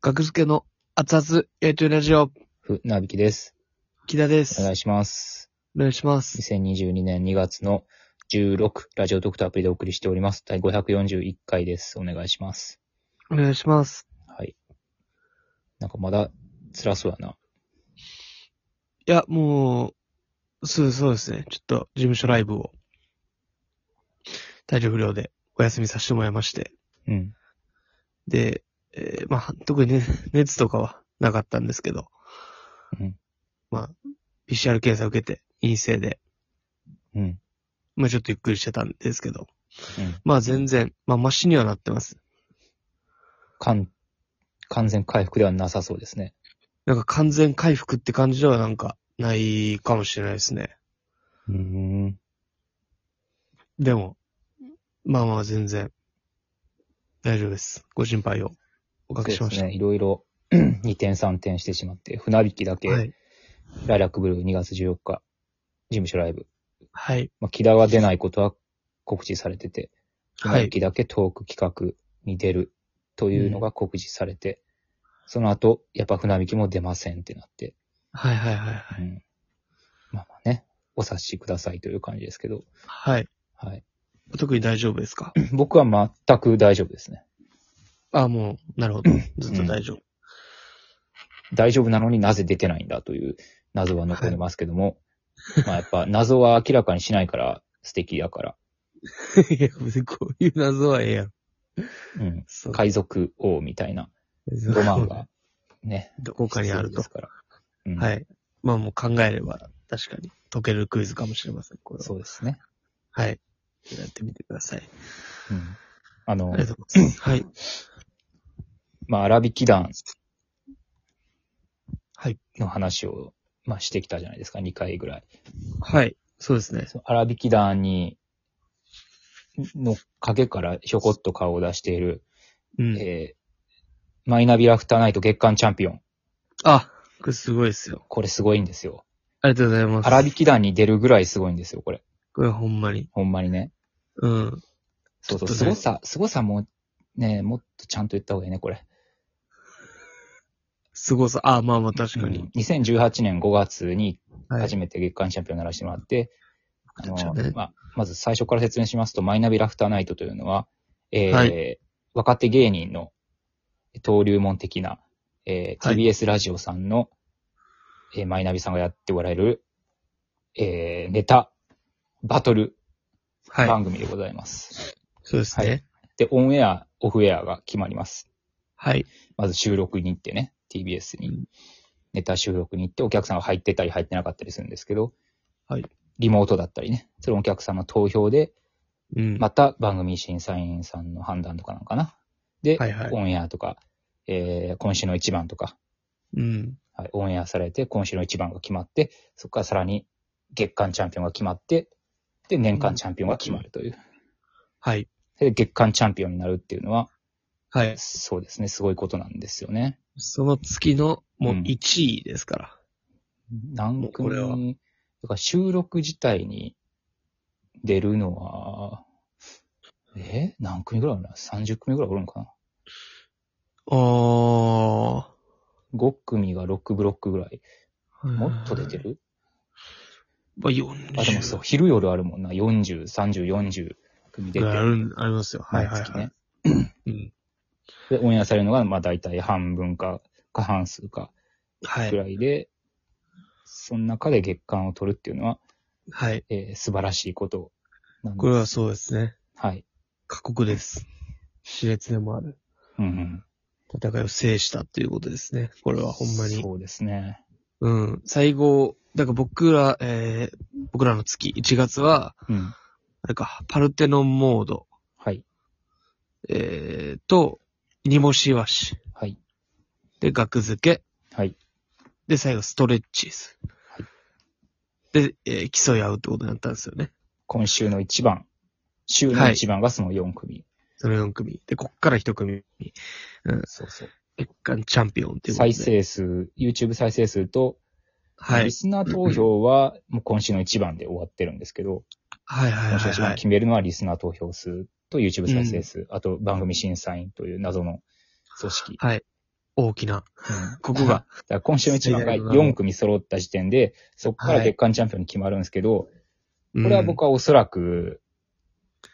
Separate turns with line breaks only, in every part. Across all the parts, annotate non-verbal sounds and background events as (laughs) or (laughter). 格付けの熱々やりとりラジオ、
ふ、なびきです。
木田で
お
す。
願いします。
お願いします。
2022年2月の16、ラジオドクターアプリでお送りしております。第541回です。お願いします。
お願いします。
はい。なんかまだ辛そうやな。
いや、もう、そう、そうですね。ちょっと、事務所ライブを、体調不良でお休みさせてもらいまして。
うん。
で、えーまあ、特にね、熱とかはなかったんですけど、
うん
まあ、PCR 検査受けて陰性で、
うん。
まあちょっとゆっくりしてたんですけど、
うん。
まあ全然、まあマシにはなってます。
完、完全回復ではなさそうですね。
なんか完全回復って感じではなんかないかもしれないですね。
うん。
でも、まあまあ全然、大丈夫です。ご心配をおか
そう
け
で
しまし
す
た。
ね。いろいろ (clears throat) 2点3点してしまって、船引きだけ、
はい。
ライラックブルー2月14日、事務所ライブ。
はい。
まあ、木田が出ないことは告知されてて、
は
船
い。
木だけトーク企画に出るというのが告示されて、その後、やっぱ船引きも出ませんってなって、
はいはいはい。
うんまあまあね、お察しくださいという感じですけど、
はい。
はい、 (clears throat)
特に大丈夫ですか
僕は全く大丈夫ですね。
あ、もう、なるほ
(coughs)
ど。ずっと大丈夫。
大丈夫なのになぜ出てないんだという謎は残りますけども、まあやっぱ謎は明らかにしないから素敵やから、
いや、別に (laughs) こういう謎はええやん。
うん、
そう。
海賊王みたいなロマンがね、
(laughs) どこかにある
必要で
と
す。から。うん
はい。まあもう考えれば、確かに解けるクイズかもしれません。これは
そうですね。
はい。やってみてください。
うん、あの、
ありがとうござい
(coughs)
ます。はい。
まあ、荒引き団
はい
の話を、まあ、してきたじゃないですか、2回ぐらい。
はい。そうですね。
その荒引き団に、の影からひょこっと顔を出している、
うん。
えーマイナビラフターナイト月間チャンピオン。
あ、これすごいですよ。
これすごいんですよ。
ありがとうございます。
荒引き団に出るぐらいすごいんですよ、これ。
これほんまに。
ほんまにね。
うん。
そうそう、
ちょっとね
凄さ、凄さも、ね、もっとちゃんと言った方がいいね、これ。
すごさ。あ、まあまあ確か
うん
に。
2018年5月に
はい。
初めて月間チャンピオンにならせてもらって、あ
ちょ
の
っとね
まあ、まず最初から説明しますと、マイナビラフターナイトというのは、えー
は
若手芸人の登竜門的な、えー
はい
TBS ラジオさんの、えーマイナビさんがやっておられる、えーネタ、バトル
はい。
番組でございます。
そうですね。
で、オンエア、オフエアが決まります。
はい。
まず収録に行ってね、TBS
う
に
ん。
ネタ収録に行って、お客さんが入ってたり入ってなかったりするんですけど、
はい
リモートだったりね、それもお客さんの投票で、
うん。
また番組審査員さんの判断とかなのかな。で、
はいはい
オンエアとか、えー今週の一番とか、
うん。
はいオンエアされて、今週の一番が決まって、そこからさらに月間チャンピオンが決まって、で、年間チャンピオンが決まるという。
はい。
で、月間チャンピオンになるっていうのは、
はい。
そうですね、すごいことなんですよね。
その月の、もう
うん
1位ですから。
何
これは
組、だから収録自体に出るのは、え何組ぐらいあるの ?30 組ぐらいおるのかな
おー。
?5 組が6ブロックぐらい。もっと出て
る
る
まあ、40。
あ、でもそう、昼夜あるもんな。40、30、40組出て。
あるん、ありますよ。はいはい
毎月
はい
ね。
うん。
で、オンエアされるのが、まあ大体半分か、過半数か
は
ぐ
い。
らいで、その中で月間を取るっていうのは、
はい。
えー素晴らしいことなんです。
これはそうですね。
はい。
過酷です。熾烈でもある。
うんうん。
戦いを制したということですね。これはほんまに。
そうですね。
うん。最後、だから僕ら、えー、僕らの月、1月は、
うん。
あれか、パルテノンモード、
はい。
えー、と、煮干しイワシ、
はい。
で、額付け、
はい。
で、最後、ストレッチーズ。で、えー競い合うってことになったんですよね。
今週の一番。週の一番がその4組。
その4組。で、こっから1組に、
そうそう。
月間チャンピオンっていうことで。
再。生数、YouTube 再生数と、
はい
リ。スナー投票はもう今週の一番で終わってるんですけど、
はいはい
今週
は
の
い、
一
は
番
い。
決めるのはリスナー投票数と YouTube 再生数、あと番組審査員という謎の組織
はい。大きな。
うん
(laughs) ここが。
(laughs) だから今週の一番
(laughs)
が4組揃った時点で、そこから月間チャンピオンに決まるんですけど、
こ
これは僕はおそらく、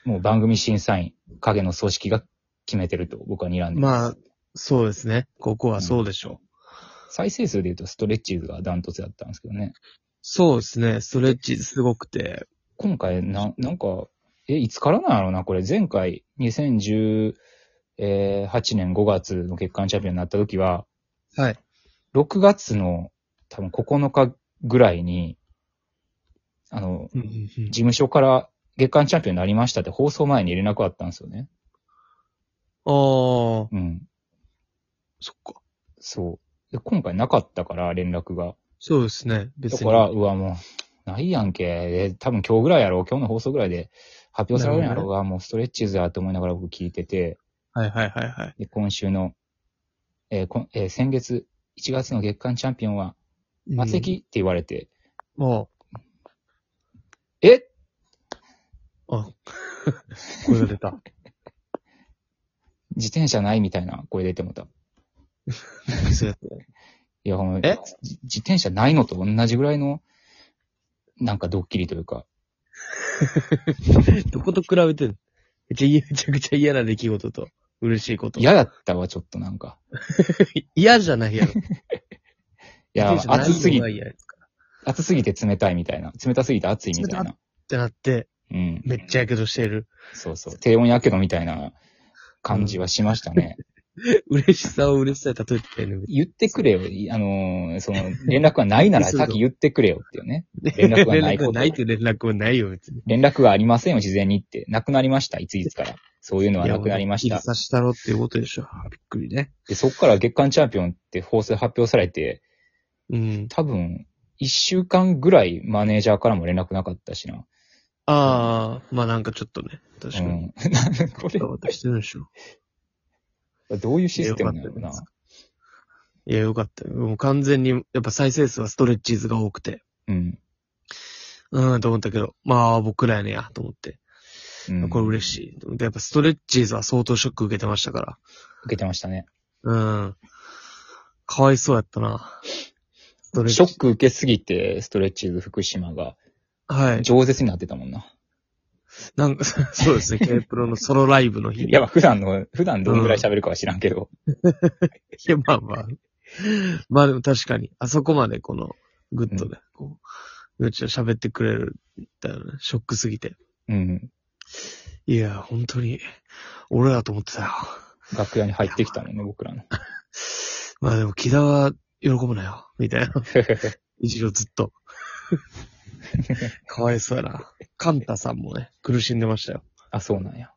もう番組審査員、影の組織が決めてると僕は睨んでます。
まあ、そうですね。ここはそうでしょう。
再生数で言うとストレッチーズがダントツだったんですけどね。
そうですね。ストレッチすごくて。
今回、な、なんか、え、いつからなんやろうな、これ。前回、2018年5月の月間チャンピオンになった時は、
はい。
6月の多分9日ぐらいに、あの、事務所から月間チャンピオンになりましたって放送前に連絡あったんですよね。
ああ、そ
うん。
っか。
そう。で、今回なかったから、連絡が。
そうですね。別
だ
に。
から、うわ、もう、ないやんけ。え、多分今日ぐらいやろう。今日の放送ぐらいで発表されるんやろうが、もうストレッチーズやと思いながら僕聞いてて、
はいはいはいはい。
で、今週の、えーこんえー先月、1月の月間チャンピオンは、松
う
木って言われて、
ん。も
え
う、あ、 (laughs) 声が出た。
自転車ないみたいな声出てもた。
そうやって
いや、ほんま
え
じ自転車ないのと同じぐらいの、なんかドッキリというか、
どこと比べてんのめちゃ嫌めちゃくちゃ嫌な出来事と、嬉しいこと。
嫌だったわ、ちょっとなんか。
嫌じゃないやろ。
いや、暑すぎ
っ、て。
暑すぎて冷たいみたいな。冷たすぎて暑いみたいな。
ってなって、
うん。
めっちゃやけどしてる。
そうそう。低温やけどみたいな感じはしましたね。
嬉しさを嬉しさに例えてたよね。
言ってくれよ。いあのーその、連絡がな
(laughs)
いなら
そう
さ
そう
っき言ってくれよっていうね。連絡がな
連
い
絡
こ
が
と
ないって連絡はないよ、別に。
連絡がありませんよ、事前にって。なくなりました、いついつから。そういうのはなくなりまし
いや
た。
さしたろっていうことでしょ。びっくりね。
で、そこから月間チャンピオンって放送発表されて、
うん。
多分、一週間ぐらいマネージャーからも連絡なかったしな。
ああ、まあなんかちょっとね。確か
う
に。
ん。 (laughs) こ
バタバタしてるでしょ。
れ、どういうシステムなのか
よかった
な
で。すいや、よかったよ。もう完全に、やっぱ再生数はストレッチーズが多くて。
うん。
うん、と思ったけど。まあ、僕らやねや、と思って。
うん
これ嬉しいと思って。やっぱストレッチーズは相当ショック受けてましたから。
受けてましたね。
うん。かわいそうやったな。ストレッチ
ショック受けすぎて、ストレッチーズ福島が、
はい。
饒舌になってたもんな。
なんか、そう
(laughs)
ですね。K プロのソロライブの日に。
いや、まあ普段の、普段どのぐらい喋るかは知らんけど、
いや、まあまあ。まあでも確かに、あそこまでこの、グッドで、こう、めっちゃ喋ってくれるんだよね。ショックすぎて。
うん。
いや、本当に、俺だと思ってたよ。
楽屋に入ってきたもんね、僕らの。
まあでも、木田は喜ぶなよ。みたい
(laughs)
な。一度ずっと。 (laughs) かわいそうやな。カンタさんもね、苦しんでましたよ。
あ、そうなんや。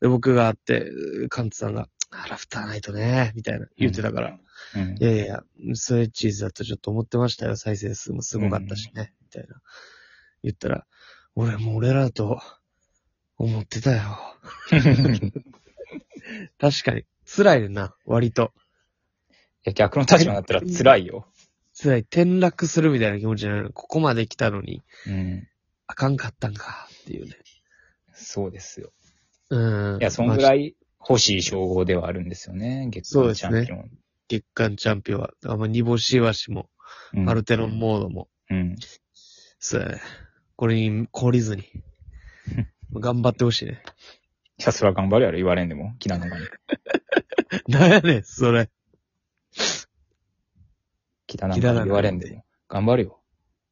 で、僕が会って、カンタさんが、あラフターないとね、みたいな言ってたから。
うん
い。やいや、ストレッチーズだとちょっと思ってましたよ。再生数もすごかったしね。みたいな。言ったら、俺も俺らと思ってたよ。
い
確かに。辛いよな、割と。
や、逆の立場になったら辛いよ。
辛い。転落するみたいな気持ちになる。ここまで来たのに、
うん。
あかんかったんか、っていうね。
そうですよ。
うん。
いや、そんぐら
い。
い欲しい称号ではあるんですよね、月
そう
間
で
チ
す
ャ
ね
ンピオン。
月間チャンピオンは、あんま煮干しわしも、
うん
アルテロンモードも、
うん。
そうやね。これに懲り
(laughs)
ずに。頑張ってほしいね。 (laughs)
いや、そら頑張るやろ、言われんでも。木田なんかに。
なんやねん、それ。
木田なんかに言われんでも。頑張るよ。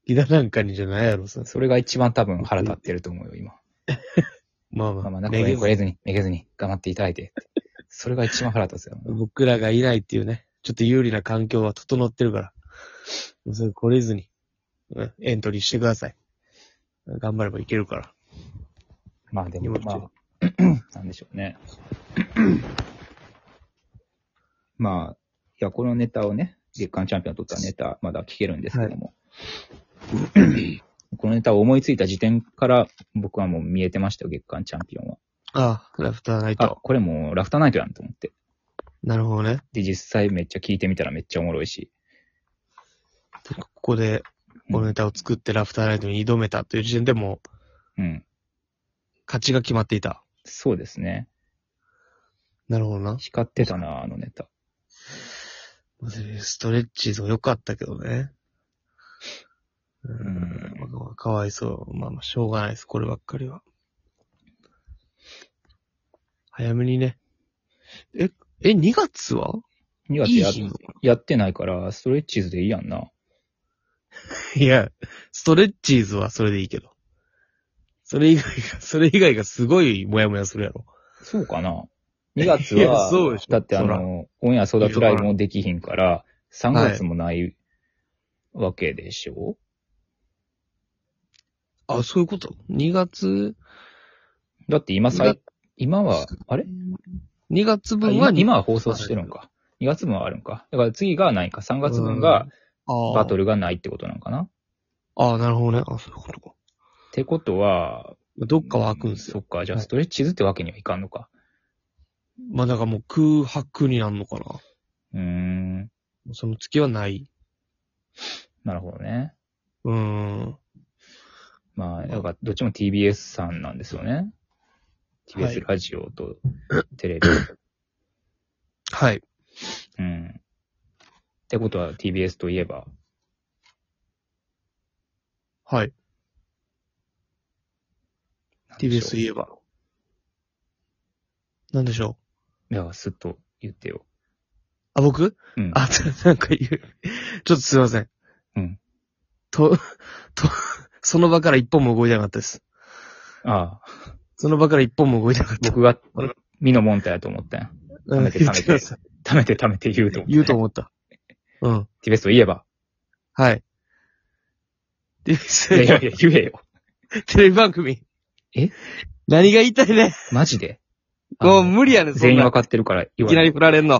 木田なんかにじゃないやろ、それ。
それが一番多分腹立ってると思うよ、今。
まあ
まあま
ま
あ、
あ、
なんか
めげず
めげずに、めげずに、頑張っていただいて。それが一番腹立つよ。
僕らがいないっていうね、ちょっと有利な環境は整ってるから、もうそれ来れずに、うんエントリーしてください。頑張ればいけるから。
まあでも、
気持ち
ま
(clears throat)
あ、なんでしょうね。 (clears throat) まあ、いや、このネタをね、月間チャンピオン取ったネタ、まだ聞けるんですけども。 (clears throat) このネタを思いついた時点から、僕はもう見えてましたよ、月間チャンピオンは。
ああ、ラフターナイ
あ、
ト。
これもうラフターナイトやんと思って。
なるほどね。
で、実際めっちゃ聞いてみたらめっちゃおもろいし。
ここで、このネタを作ってラフターナイトに挑めたという時点でもう、
うん。
勝ちが決まっていた。
そうですね。
なるほどな。
光ってたな、あのネタ。
ストレッチーズも良かったけどね。う。
うん
まあ、かわいそう。まあまあ、しょうがないです。こればっかりは。早めにね。え、え、2月は
2
いい
月
日
や
も
やってないから、ストレッチーズでいいやんな。
いや、ストレッチーズはそれでいいけど。それ以外が、それ以外がすごいモヤモヤするやろ。
そうかな ?2 月
いや
は、
そうでしょ
だってあ
そら
の、オンエア争奪ライブもできひんから、3月もないわけでしょ、
あ、そういうこと ?2 月、
だって今
二
さ
月、
今は、あれ
?2 月
あ
分は
今今は放送してるんか。2月分はあるんか。だから次がないか。3月分が、バ
バ
ト
ル。
ルがないってことなんかなっ
あーあー、なるほどね。あ、そういうことか。
てことは、
どっかは開くんです
そ
よ。
っか、じゃあ
はい
ストレッチーズってわけにはいかんのか。
まあだからもう空白になるのか
うーん、
な。その月はない。
なるほどね。
うーん。
まあ、だからどっちも TBS さんなんですよね。
はい
TBS ラジオとテレビ。
はい。
うん。ってことは TBS といえば、
はい。TBS と
い
いえば。なんでしょ
や、すっと言って
う
よ。
あ、僕
うん。
あ、ちょなんか言う。ちょっとすいません。
うん。
と、と、その場から一本も動いてなかったです。
ああ、
その場から一本も動いてなかった。
僕が、身のもんたやと思ったんや。
うん
貯めて貯めて
言ってください
貯めて貯めて言うと思った。
言うと思った。うん。
TBS といえば。
(laughs) はい。
いやい
TBS
やいや、言えよ。
テレビ番組。
え
何が言いたいね
マジで。
もう無理やねん、そん
全員
な
わ。かってるから言
い
わ
き
な
ないり振られんの。